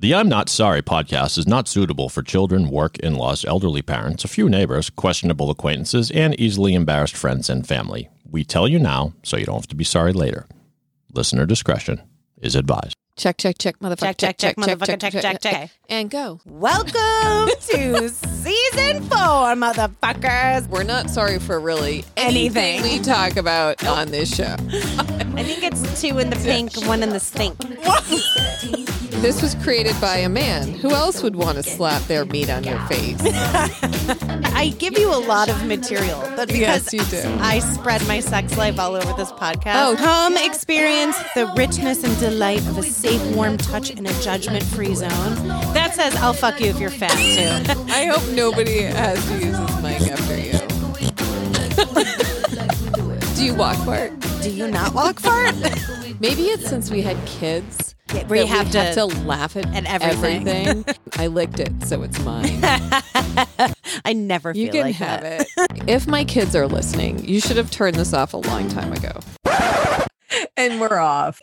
The I'm Not Sorry podcast is not suitable for children, work, in laws, elderly parents, a few neighbors, questionable acquaintances, and easily embarrassed friends and family. We tell you now so you don't have to be sorry later. Listener discretion is advised. Check, check, check, motherfucker. Check, check, check, motherfucker, check, check, check. And go. Welcome to season four, motherfuckers. We're not sorry for really Anything. we talk about on this show. I think it's two in the pink, one in the stink. This was created by a man. Who else would want to slap their meat on your face? I give you a lot of material, but Yes, because you do. I spread my sex life all over this podcast. Oh, come experience the richness and delight of a safe, warm touch in a judgment-free zone. That says, "I'll fuck you if you're fat too." I hope nobody has to use this mic after you. do you walk fart? Do you not walk far? Maybe it's since we had kids. Yeah, where you that have we to- have to laugh at, at everything. everything. I licked it, so it's mine. I never feel You can like have that. it. If my kids are listening, you should have turned this off a long time ago. and we're off.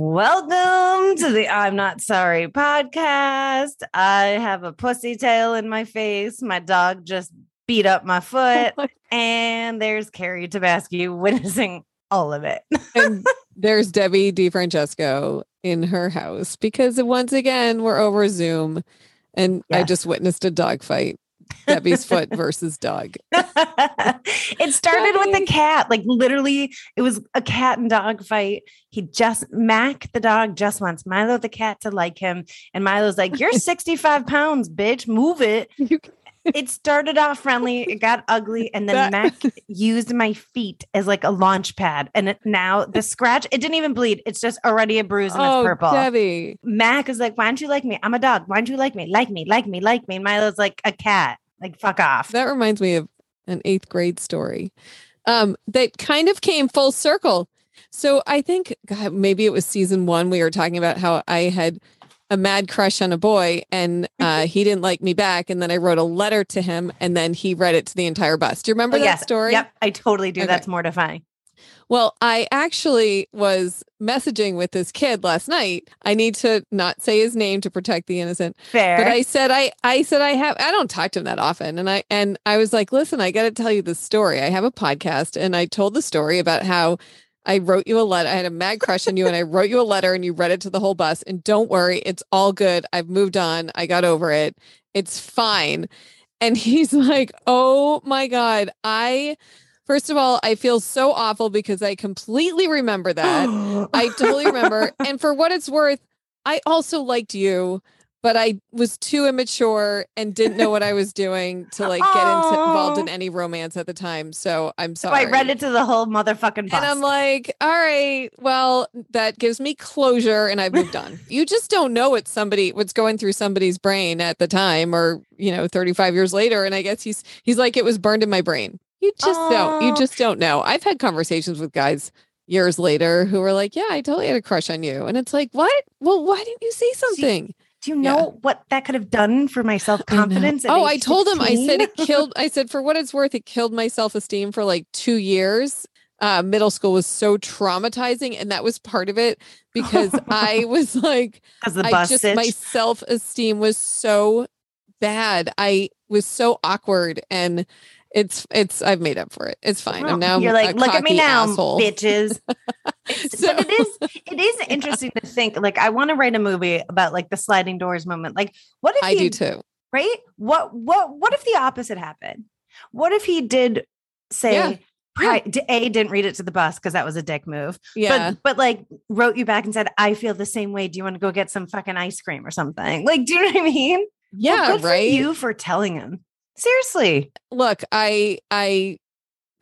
Welcome to the I'm Not Sorry podcast. I have a pussy tail in my face. My dog just beat up my foot. and there's Carrie Tabasco witnessing all of it. and there's Debbie DeFrancesco in her house because once again we're over Zoom and I Yes. just witnessed a dog fight. Debbie's foot versus dog. it started with Sorry. a cat. Like literally, it was a cat and dog fight. He just, Mac the dog just wants Milo the cat to like him. And Milo's like, You're 65 pounds, bitch. Move it. You- It started off friendly, it got ugly, and then That- Mac used my feet as like a launch pad. And it, now the scratch, it didn't even bleed. It's just already a bruise and oh, it's purple. Debbie. Mac is like, Why don't you like me? I'm a dog. Why don't you like me? Like me, like me, like me. And Milo's like, A cat. Like, fuck off. That reminds me of an eighth grade story um, that kind of came full circle. So I think God, maybe it was season one. We were talking about how I had a mad crush on a boy and Mm-hmm. uh, he didn't like me back. And then I wrote a letter to him and then he read it to the entire bus. Do you remember Oh, that yes. story? Yep. I totally do. Okay. That's mortifying. Well, I actually was messaging with this kid last night. I need to not say his name to protect the innocent. Fair. But I said I I said I have I don't talk to him that often and I and I was like, "Listen, I got to tell you this story. I have a podcast and I told the story about how I wrote you a letter. I had a mad crush on you and I wrote you a letter and you read it to the whole bus and don't worry, it's all good. I've moved on. I got over it. It's fine." And he's like, "Oh my god, I First of all, I feel so awful because I completely remember that. I totally remember. And for what it's worth, I also liked you, but I was too immature and didn't know what I was doing to like get into, involved in Aw. any romance at the time. So I'm so sorry. I read it to the whole motherfucking bus. And I'm like, all right, well, that gives me closure and I've moved on. you just don't know what somebody what's going through somebody's brain at the time or, you know, 35 years later. And I guess he's he's like, it was burned in my brain. You just don't you Aw. just don't know. I've had conversations with guys years later who were like, Yeah, I totally had a crush on you. And it's like, what? Well, why didn't you say something? do you yeah. know what that could have done for my self I know. confidence? Oh, I told him. I said it killed. I said for what it's worth, it killed my self esteem for like two years. Uh, middle school was so traumatizing, and that was part of it because I was like, because the I bus just itch. my self esteem was so bad. I was so awkward, and it's it's. I've made up for it. It's fine. I'm now. You're a like, look at me cocky now, asshole." bitches. So- but it is it is interesting to think. Like, I want to write a movie about like the sliding doors moment. Like, what if I do you too. right? What what what if the opposite happened? What if he did say Yeah. pri- d- A didn't read it to the bus because that was a dick move. Yeah. But, but like wrote you back and said, I feel the same way. Do you want to go get some fucking ice cream or something? Like, do you know what I mean? Well, yeah. good for right. you for telling him. Seriously. look, I I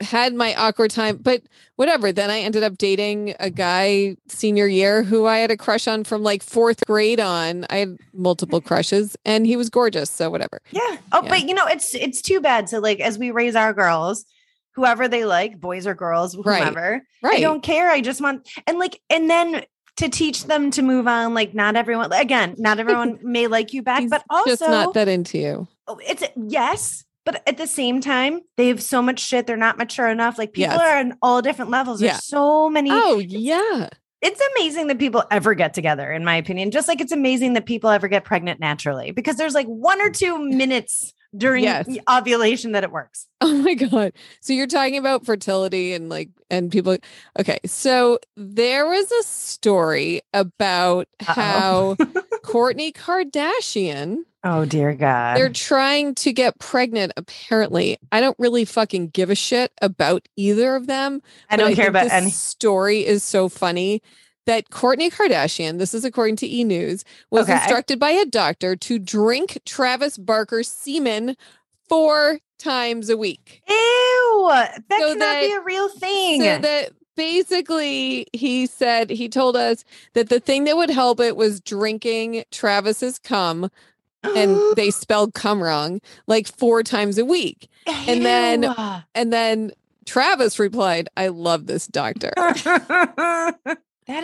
had my awkward time, but whatever. Then I ended up dating a guy senior year who I had a crush on from like fourth grade on. I had multiple crushes and he was gorgeous. So whatever. Yeah. Oh, Yeah. but you know, it's it's too bad. So like as we raise our girls, whoever they like, boys or girls, Right. whomever, I Right. don't care. I just want and like and then to teach them to move on, like not everyone again, not everyone may like you back, He's but also Just not that into you. oh, it's yes, But at the same time, they have so much shit. They're not mature enough. Like people Yes. are on all different levels. Yeah. There's so many. Oh yeah. It's amazing that people ever get together, in my opinion. Just like it's amazing that people ever get pregnant naturally, because there's like one or two minutes during Yes. ovulation that it works. Oh my god. So you're talking about fertility and like and people Okay, so there was a story about Uh-oh. how Courtney Kardashian Oh dear God. they're trying to get pregnant apparently. I don't really fucking give a shit about either of them. I but don't care think about this any. story is so funny that Courtney Kardashian, this is according to E News, was Okay. instructed by a doctor to drink Travis Barker's semen four times a week. Ew, that So cannot that- be a real thing. So that basically he said he told us that the thing that would help it was drinking Travis's cum and they spelled cum wrong like four times a week. and then- And then Travis replied, I love this doctor. that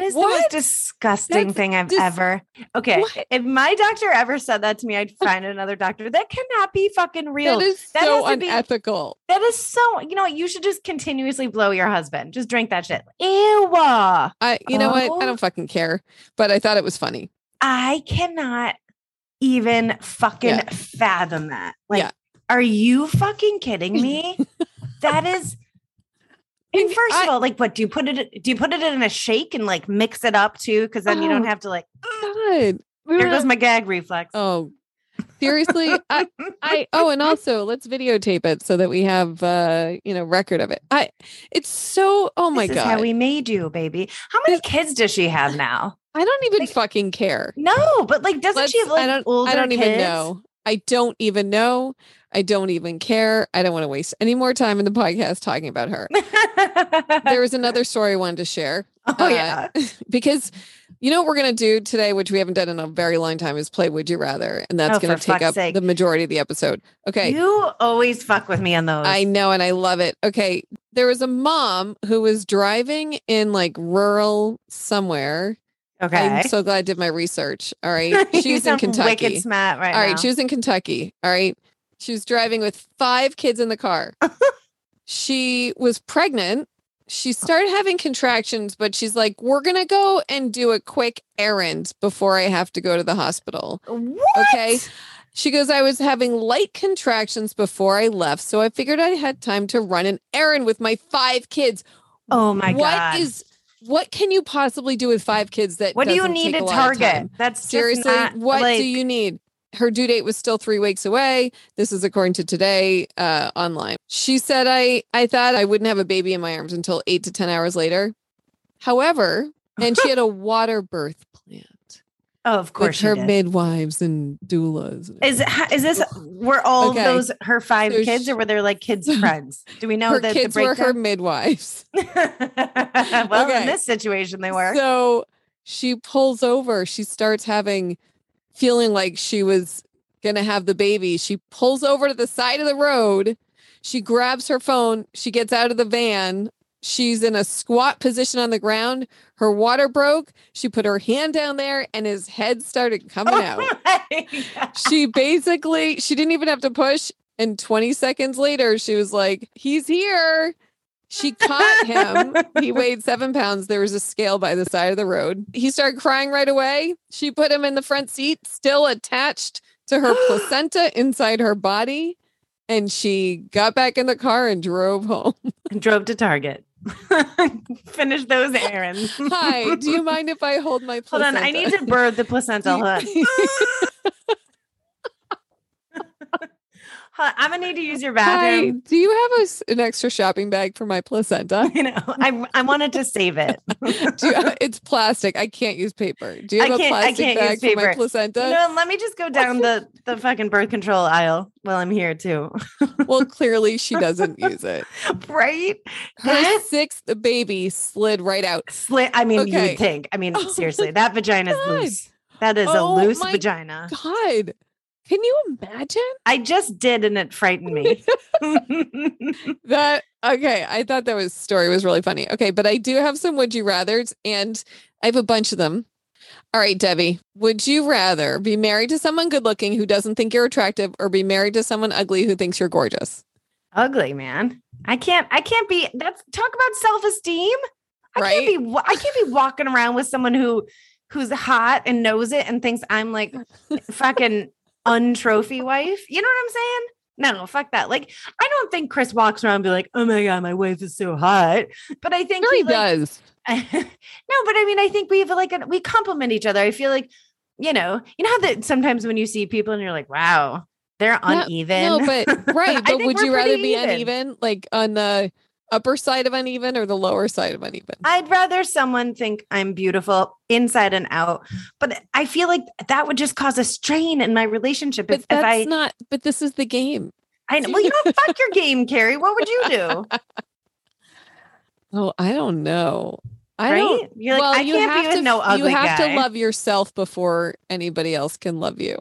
is the What? most disgusting That's thing I've dis- ever. Okay, What? if my doctor ever said that to me, I'd find another doctor. That cannot be fucking real. That is That so has to be- unethical. that is so. You know, what? you should just continuously blow your husband. Just drink that shit. Ew. I you know what? I Oh. don't fucking care. But I thought it was funny. I cannot even fucking Yeah. fathom that. Like, Yeah. are you fucking kidding me? that is. And Like, first I- of all, like, what do you put it? Do you put it in a shake and like mix it up too? Because then you don't Oh. have to like. God. There goes my gag reflex. Oh. Seriously, I, I oh, and also let's videotape it so that we have uh, you know, record of it. I it's so oh my this god. is how we made you, baby. How many kids does she have now? I don't even Like, fucking care. No, but like, doesn't she Let's- have like I don't older I don't even kids? know. I don't even know. I don't even care. I don't want to waste any more time in the podcast talking about her. There uh, was another story I wanted to share oh yeah. because you know what we're going to do today, which we haven't done in a very long time, is play Would You Rather. And that's Oh, going for to take fuck's up sake. the majority of the episode. Okay. You always fuck with me on those. I know and I love it. Okay. There was a mom who was driving in like rural somewhere. okay. I'm so glad I did my research. All right. You She's in sound Kentucky. Wicked smart right All now. right, she was in Kentucky. All right. She was driving with five kids in the car. she was pregnant. She started having contractions, but she's like, we're going to go and do a quick errand before I have to go to the hospital. What? Okay. She goes, I was having light contractions before I left. So I figured I had time to run an errand with my five kids. Oh my What god. is, what can you possibly do with five kids that, what do you doesn't need take a to lot of time? target? That's just Seriously, not, what like, do you need? Her due date was still three weeks away. This is according to today uh, online. She said, "I I thought I wouldn't have a baby in my arms until eight to ten hours later. However, and she had a water birth plan Oh, of with course. she her did. midwives and doulas. and Is ha- is this were all Okay. those her five So kids, she- or were there like kids' So- friends? Do we know her that kids the were her breakdown? midwives. well, Okay. in this situation, they were. So she pulls over. She starts having feeling like she was going to have the baby. She pulls over to the side of the road. She grabs her phone. She gets out of the van. She's in a squat position on the ground. Her water broke. She put her hand down there and his head started coming Oh, out. my God. She basically, she didn't even have to push. And 20 seconds later, she was like, he's here. She caught him. he weighed seven pounds. There was a scale by the side of the road. He started crying right away. She put him in the front seat, still attached to her placenta inside her body. And she got back in the car and drove home. Drove to Target. Finish those errands. Hi, do you mind if I hold my Hold on, placenta? I need to bird the placenta. Hold on. Hold on, I'm gonna need to use your Hi, bathroom. do you have a s an extra shopping bag for my placenta? You know, I I wanted to save it. Do you, it's plastic. I can't use paper. Do you I have a can't- I plastic can't bag use for my paper. placenta? You know, let me just go down the the fucking birth control aisle while I'm here too. Well, clearly she doesn't use it. right? Her sixth baby slid right out. Slit. I mean, Okay. you'd think. I mean, Oh my seriously, that vagina is God. loose. That is Oh a loose my vagina. God, can you imagine I just did, and it frightened me. that? Okay, I thought that was story was really funny. Okay, but I do have some would you rather's, and I have a bunch of them. All right, Debbie, would you rather be married to someone good looking who doesn't think you're attractive or be married to someone ugly who thinks you're gorgeous? Ugly man. I can't. I can't be. That's talk about self esteem. I Right? can't be. wa- I can't be walking around with someone who who's hot and knows it and thinks I'm like fucking untrophy wife. You know what I'm saying? No, fuck that. Like, I don't think Chris walks around and be like, "Oh my god, my wife is so hot." But I think Sure, he like, does. no, but I mean, I think we have like an, we complement each other. I feel like, you know, you know how that sometimes when you see people and you're like, wow, they're No, uneven. No, but I right. But think would we're you rather pretty be even. uneven, like on the upper side of uneven or the lower side of uneven? I'd rather someone think I'm beautiful inside and out, but I feel like that would just cause a strain in my relationship. But If, if that's I, not. But this is the game. I, well, you know, fuck your game, Carrie. What would you do? Oh, I don't know. I don't. right? You're like, well, I you can't have be with to. no f- ugly you have guy. to love yourself before anybody else can love you.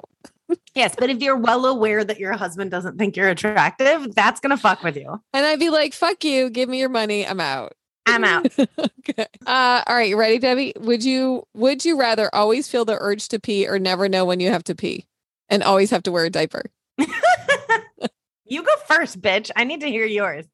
yes, but if you're well aware that your husband doesn't think you're attractive, that's gonna fuck with you. And I'd be like, "Fuck you! Give me your money. I'm out." I'm Mm, out. Okay. Uh, all right. You ready, Debbie? Would you Would you rather always feel the urge to pee or never know when you have to pee, and always have to wear a diaper? You go first, bitch. I need to hear yours.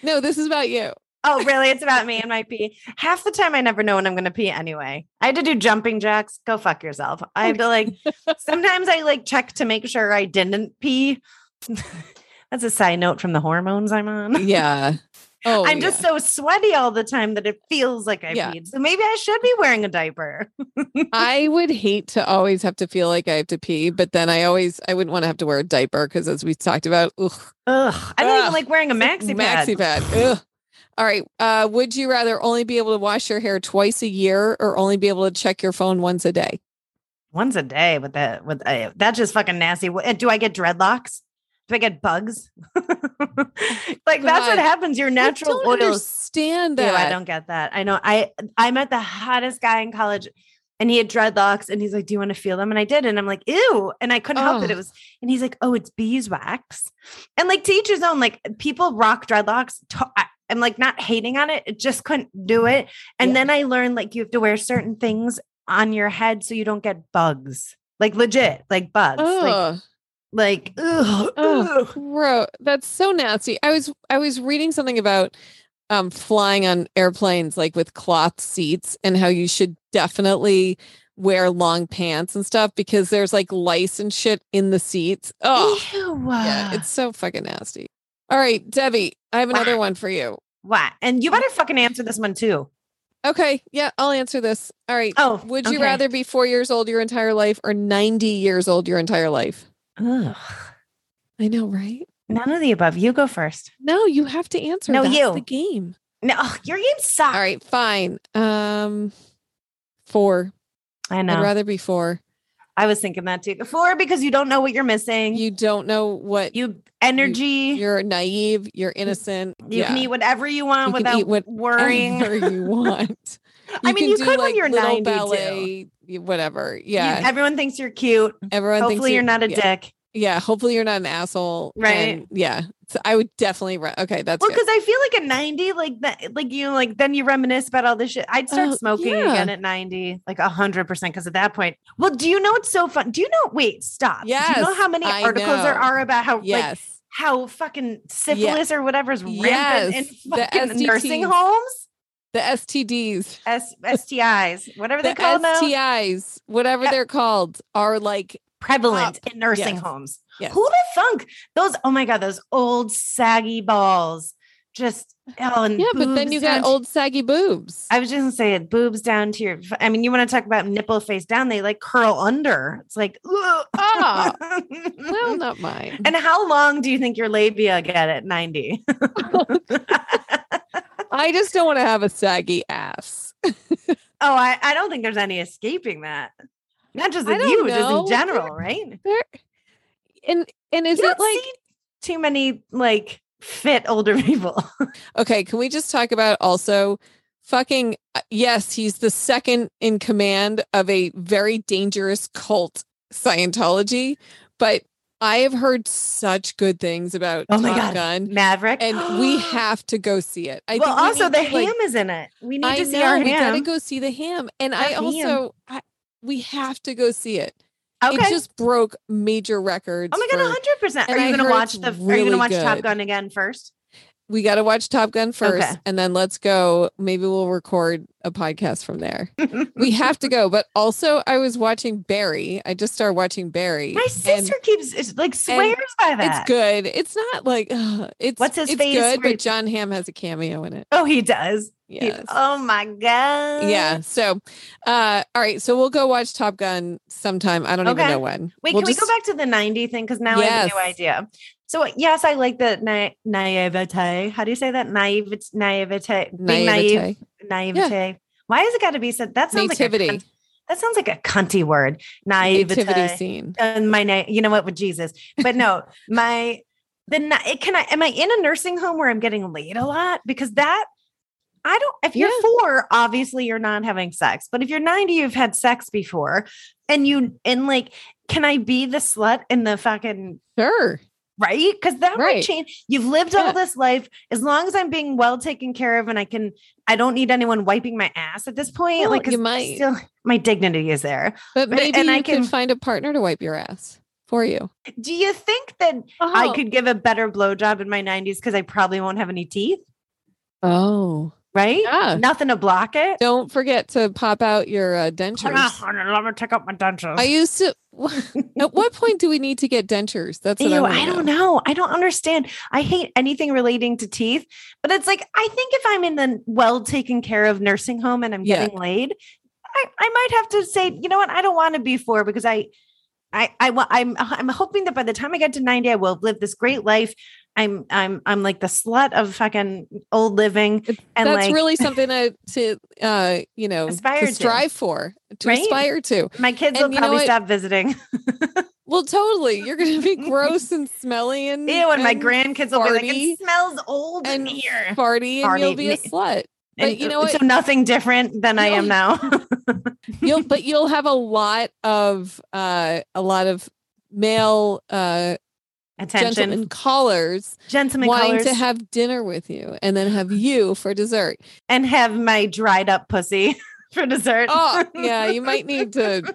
No, this is about you. Oh, really? It's about me and my pee. Half the time, I never know when I'm going to pee anyway. I had to do jumping jacks. Go fuck yourself. I feel like sometimes I like check to make sure I didn't pee. That's a side note from the hormones I'm on. Yeah. Oh, I'm yeah. just so sweaty all the time that it feels like I Yeah. peed. So maybe I should be wearing a diaper. I would hate to always have to feel like I have to pee, but then I always I wouldn't want to have to wear a diaper because as we talked about, ugh, Ugh. I don't Ugh. even like wearing a maxi pad. maxi pad. Ugh. All right. Uh, would you rather only be able to wash your hair twice a year or only be able to check your phone once a day? Once a day with that. With uh, that's just fucking nasty. Wh- Do I get dreadlocks? Do I get bugs? like that's God. what happens. Your natural I don't oils. understand Ew, that. I don't get that. I know. I I met the hottest guy in college, and he had dreadlocks, and he's like, "Do you want to feel them?" And I did, and I'm like, "Ew!" And I couldn't help it. Ugh. It was, and he's like, "Oh, it's beeswax," and like to each his own. Like people rock dreadlocks. To- I, I'm like not hating on it. It just couldn't do it. And Yeah. then I learned like you have to wear certain things on your head so you don't get bugs. Like legit, like bugs. Like Ugh. like ugh, Ugh. ugh. Bro, that's so nasty. I was I was reading something about um flying on airplanes like with cloth seats and how you should definitely wear long pants and stuff because there's like lice and shit in the seats. Oh, Ew. yeah, it's so fucking nasty. All right, Debbie, I have another one for you. what? And you better fucking answer this one too. Okay, yeah, I'll answer this. All right. Oh, Would you okay. rather be 4 years old your entire life or 90 years old your entire life? Ugh. I know, right? None of the above. You go first. No, you have to answer. No, That's you. the game. No, ugh, your game sucks. All right, fine. Um, four. I know. I'd rather be four. I was thinking that too. Four, because you don't know what you're missing. You, You don't know what energy. You, you're naive. You're innocent. can eat whatever you want You can without eat what- worrying. Whatever you want. I mean, you do, could when you're little 90 too. ballet, y- whatever. You- Yeah, everyone thinks you're cute. everyone. thinks Hopefully, you- you're not a yeah, dick. Yeah, hopefully you're not an asshole. Right. and yeah, so I would definitely. Re- okay, that's Well, good. because I feel like at 90, like that, like you, like then you reminisce about all this shit. I'd start Oh, smoking yeah. again at 90, like a hundred percent. Cause at that point, well, do you know what's so fun? Do you know? Wait, stop. do you know Yes, how many I articles there know. are about how like Yes. how fucking syphilis or whatever is rampant in Yes, the fucking nursing STTs. homes, the STDs. S- STIs, whatever they The call them, STIs, whatever Yeah. they're called, are like prevalent in nursing Yes. homes. Yes. Who the funk? Those, oh my God, those old saggy balls. Just, oh, and Yeah, but then boobs you got down to- old saggy boobs. I was just gonna say it boobs down to your. I mean, you want to talk about nipple face down? They like curl under. It's like, ugh. Oh, well, not mine. and how long do you think your labia get at ninety? I just don't want to have a saggy ass. Oh, I, I don't think there's any escaping that. Not just I with don't you, just know. in general, right? You There, and and is it don't like see too many like fit older people. okay? Can we just talk about also fucking uh, yes? He's the second in command of a very dangerous cult, Scientology, but. I have heard such good things about Oh my Top God. Gun, Maverick, and we have to go see it. I well, think we also need the to, like, ham is in it. We need I to see know, our we gotta ham. go see the ham. And Our I ham. also I, we have to go see it. Okay. It just broke major records. oh my god, for- hundred percent. Are and I you gonna heard watch it's the? are you really gonna watch Top good. Gun again first? we got to watch Top Gun first, Okay. and then let's go. Maybe we'll record a podcast from there. we have to go. But also, I was watching Barry. I just started watching Barry. My and sister keeps is, like swears by that. It's good. It's not like ugh, it's What's his it's face good, where but John Hamm has a cameo in it. Oh, he does. He- Yes. oh my god. Yeah. So, uh, all right. So we'll go watch Top Gun sometime. I don't Okay. even know when. Wait, We'll can just- we go back to the 90 thing? Because now I have a new Yes. idea. So yes, I like the na- naivete. How do you say that? Naivete, naivete, being naive, Naivete. naivete. Why has it got to be said? That sounds Nativity. like a cunt- that sounds like a cunty word. Naivete. Nativity scene. And my name, you know what, with Jesus. But no, my the na- it can I am I in a nursing home where I'm getting laid a lot? Because that I don't if you're four, obviously you're not having sex. But if you're 90, you've had sex before and you and like, can I be the slut in the fucking Sure. right? Because that might Right. change. You've lived Yeah. all this life. As long as I'm being well taken care of and I can I don't need anyone wiping my ass at this point. Well, like 'cause you I might. still my dignity is there. But But- maybe and you I can can- find a partner to wipe your ass for you. Do you think that I Oh. could give a better blowjob in my 90s because I probably won't have any teeth, Oh. right? Yeah. Nothing to block it. Don't forget to pop out your uh, Ah, dentures. I don't love to take out my dentures. I used to. At what point do we need to get dentures? That's what I, Ew, wanna I don't know. I don't understand. I hate anything relating to teeth, but it's like I think if I'm in the well taken care of nursing home and I'm Yeah. getting laid, I, I might have to say, you know what? I don't want to be four because I, I, I, wa- I'm, I'm hoping that by the time I get to ninety, I will have lived this great life. I'm, I'm, I'm like the slut of fucking old living, It's- and That's like really something to, to uh, you know, Aspire to. to strive for, to Right? aspire to. my kids and will you know probably what? stop visiting. Well, totally. You're going to be gross and smelly and Ew, and Mm, my and grandkids will be like, farty it smells old and in here. farty, and you'll Farty. be a slut. but And uh, you know So what? nothing different than I am You'll- now. You'll but you'll have a lot of uh a lot of male uh Attention, gentlemen callers gentlemen, wanting callers, to have dinner with you and then have you for dessert. and have my dried up pussy for dessert. Oh, yeah, you might need to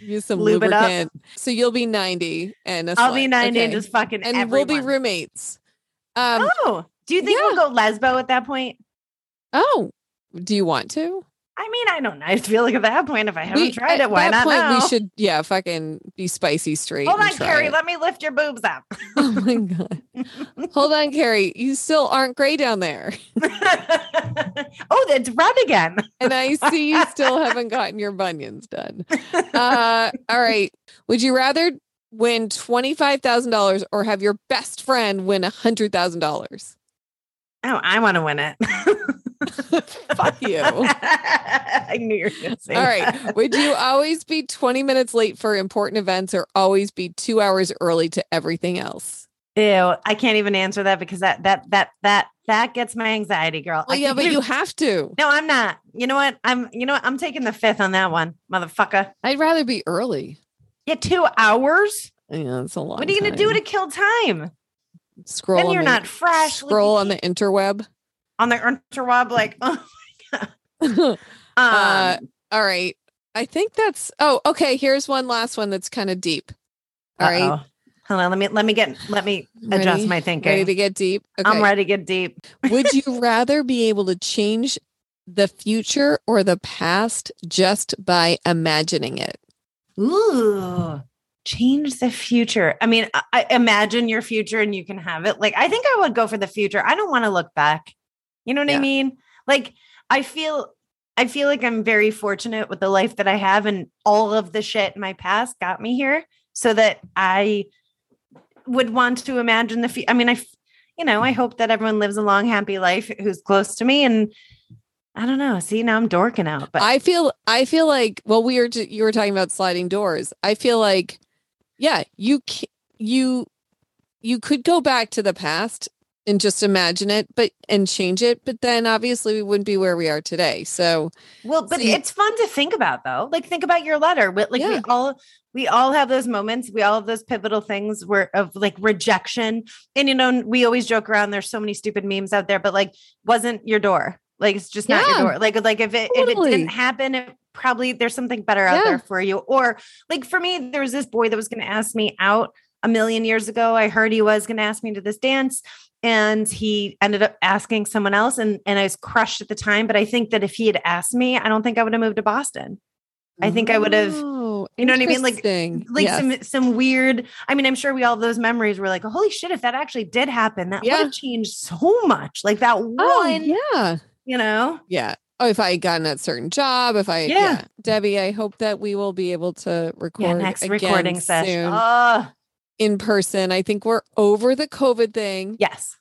use some Lube it up. lubricant. So you'll be 90 and a I'll be slut. 90 Okay. and just fucking and everyone. we'll be roommates. Um oh, do you think we'll go lesbo at that point? oh, do you want to? I mean, I don't know. I feel like at that point, if I haven't We- tried at it, that why not point, now? We should, yeah, fucking be spicy straight. Hold and on, try Carrie. it. Let me lift your boobs up. Oh my god! Hold on, Carrie. You still aren't gray down there, oh, that's red again. and I see you still haven't gotten your bunions done. Uh, all right. Would you rather win twenty five thousand dollars or have your best friend win a hundred thousand dollars? Oh, I want to win it. Fuck you. All I knew you were going to say that. right. Would you always be 20 minutes late for important events or always be two hours early to everything else? Ew, I can't even answer that because that that that that that gets my anxiety, girl. Well, I yeah, can't but do- you have to. No, I'm not. You know what? I'm. You know what? I'm taking the fifth on that one, motherfucker. I'd rather be early. Yeah, two hours. Yeah, it's a long. What are you gonna do time. to kill time? scroll? then on you're the- not fresh. Look Scroll at on you the interweb. on the interweb. Like, um, oh, um, Uh, all right, I think that's. Oh, okay. Here's one last one that's kind of deep. All right, uh-oh. Hold on. Let me let me get let me adjust Ready? my thinking. ready to get deep. Okay. I'm ready to get deep. Would you rather be able to change the future or the past just by imagining it? Ooh, change the future. I mean, I, I imagine your future and you can have it. Like, I think I would go for the future. I don't want to look back. You know what I Yeah. mean? Like, I feel. I feel like I'm very fortunate with the life that I have, and all of the shit in my past got me here. So that I would want to imagine the. Fe- I mean, I, f- you know, I hope that everyone lives a long, happy life who's close to me. And I don't know. See, now I'm dorking out, but I feel. I feel like. Well, we were. ju- you were talking about sliding doors. I feel like. Yeah, you. ca- You. You could go back to the past and just imagine it, but and change it. But then obviously we wouldn't be where we are today. So Well, but See- it's fun to think about though. Like think about your letter. With like we Yeah. all we all have those moments. We all have those pivotal things where of like rejection. And you know, we always joke around there's so many stupid memes out there, but like wasn't your door. Like it's just not Yeah. your door. Like like if it if it Totally. didn't happen, it probably there's something better out Yeah. there for you. Or like for me, there was this boy that was going to ask me out a million years ago. I heard he was going to ask me to this dance and he ended up asking someone else and and I was crushed at the time, but I think that if he had asked me, I don't think I would have moved to Boston. I think I would have Oh, you know what I mean? Like- interesting. like Yes. some some weird i mean i'm sure we all have those memories where like holy shit if that actually did happen that Yeah. would have changed so much like that one, Oh, yeah. you know Yeah. Oh, if I had gotten that certain job, if I, yeah. Yeah. Debbie, I hope that we will be able to record yeah next again recording session soon oh in person. I think we're over the COVID thing. yes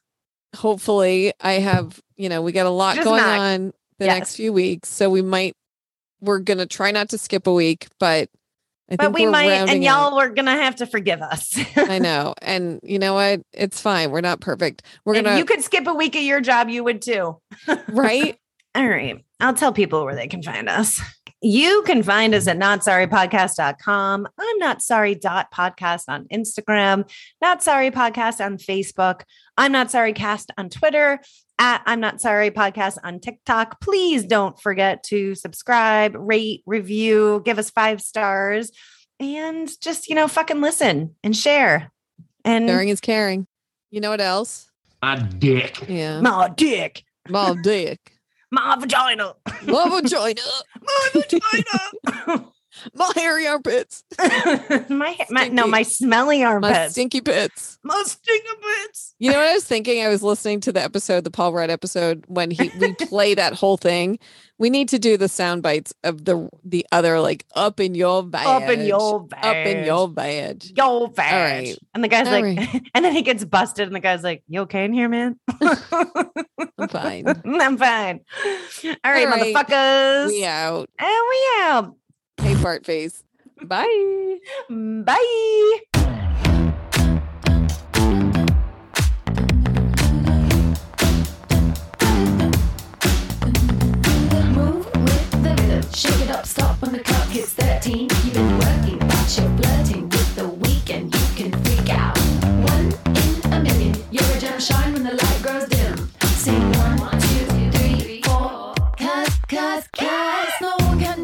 Hopefully, I have, you know, we got a lot Just going not- on the Yes. next few weeks. So we might, we're going to try not to skip a week, but I but think we we're might rounding and out. y'all were gonna have to forgive us I know. And you know what? It's fine. We're not perfect. We're if going you to, could skip a week of your job you would too right? All right. I'll tell people where they can find us. You can find us at notsorrypodcast.com. I'm not sorry dot podcast on Instagram, not sorry podcast on Facebook. I'm not sorry cast on Twitter. At I'm not sorry podcast on TikTok. Please don't forget to subscribe, rate, review, give us five stars, and just, you know, fucking listen and share. And Sharing is caring. You know what else? a dick. Yeah. my dick, Ball dick. my vagina, Love vagina. my vagina. My hairy armpits. my, my no, Stinky. my smelly My armpits, stinky pits. my stinky bits. You know what I was thinking? I was listening to the episode, the Paul Rudd episode, when he we play that whole thing. We need to do the sound bites of the the other like up in your badge. Up in your badge. up in your badge. Yo, badge. right. And the guy's All like, and then he gets busted, and the guy's like, "You okay in here, man? I'm fine. I'm fine. All right, All right. motherfuckers. we out. And we out. Hey Bart face. Bye. Bye. Move with the rhythm, shake it up, stop when the clock hits 13. You've been working, but you're flirting with the weekend. You can freak out. One in a million, you're a gem shine when the light grows dim. Sing one, two, three, four. Cause, cause, cause, no one can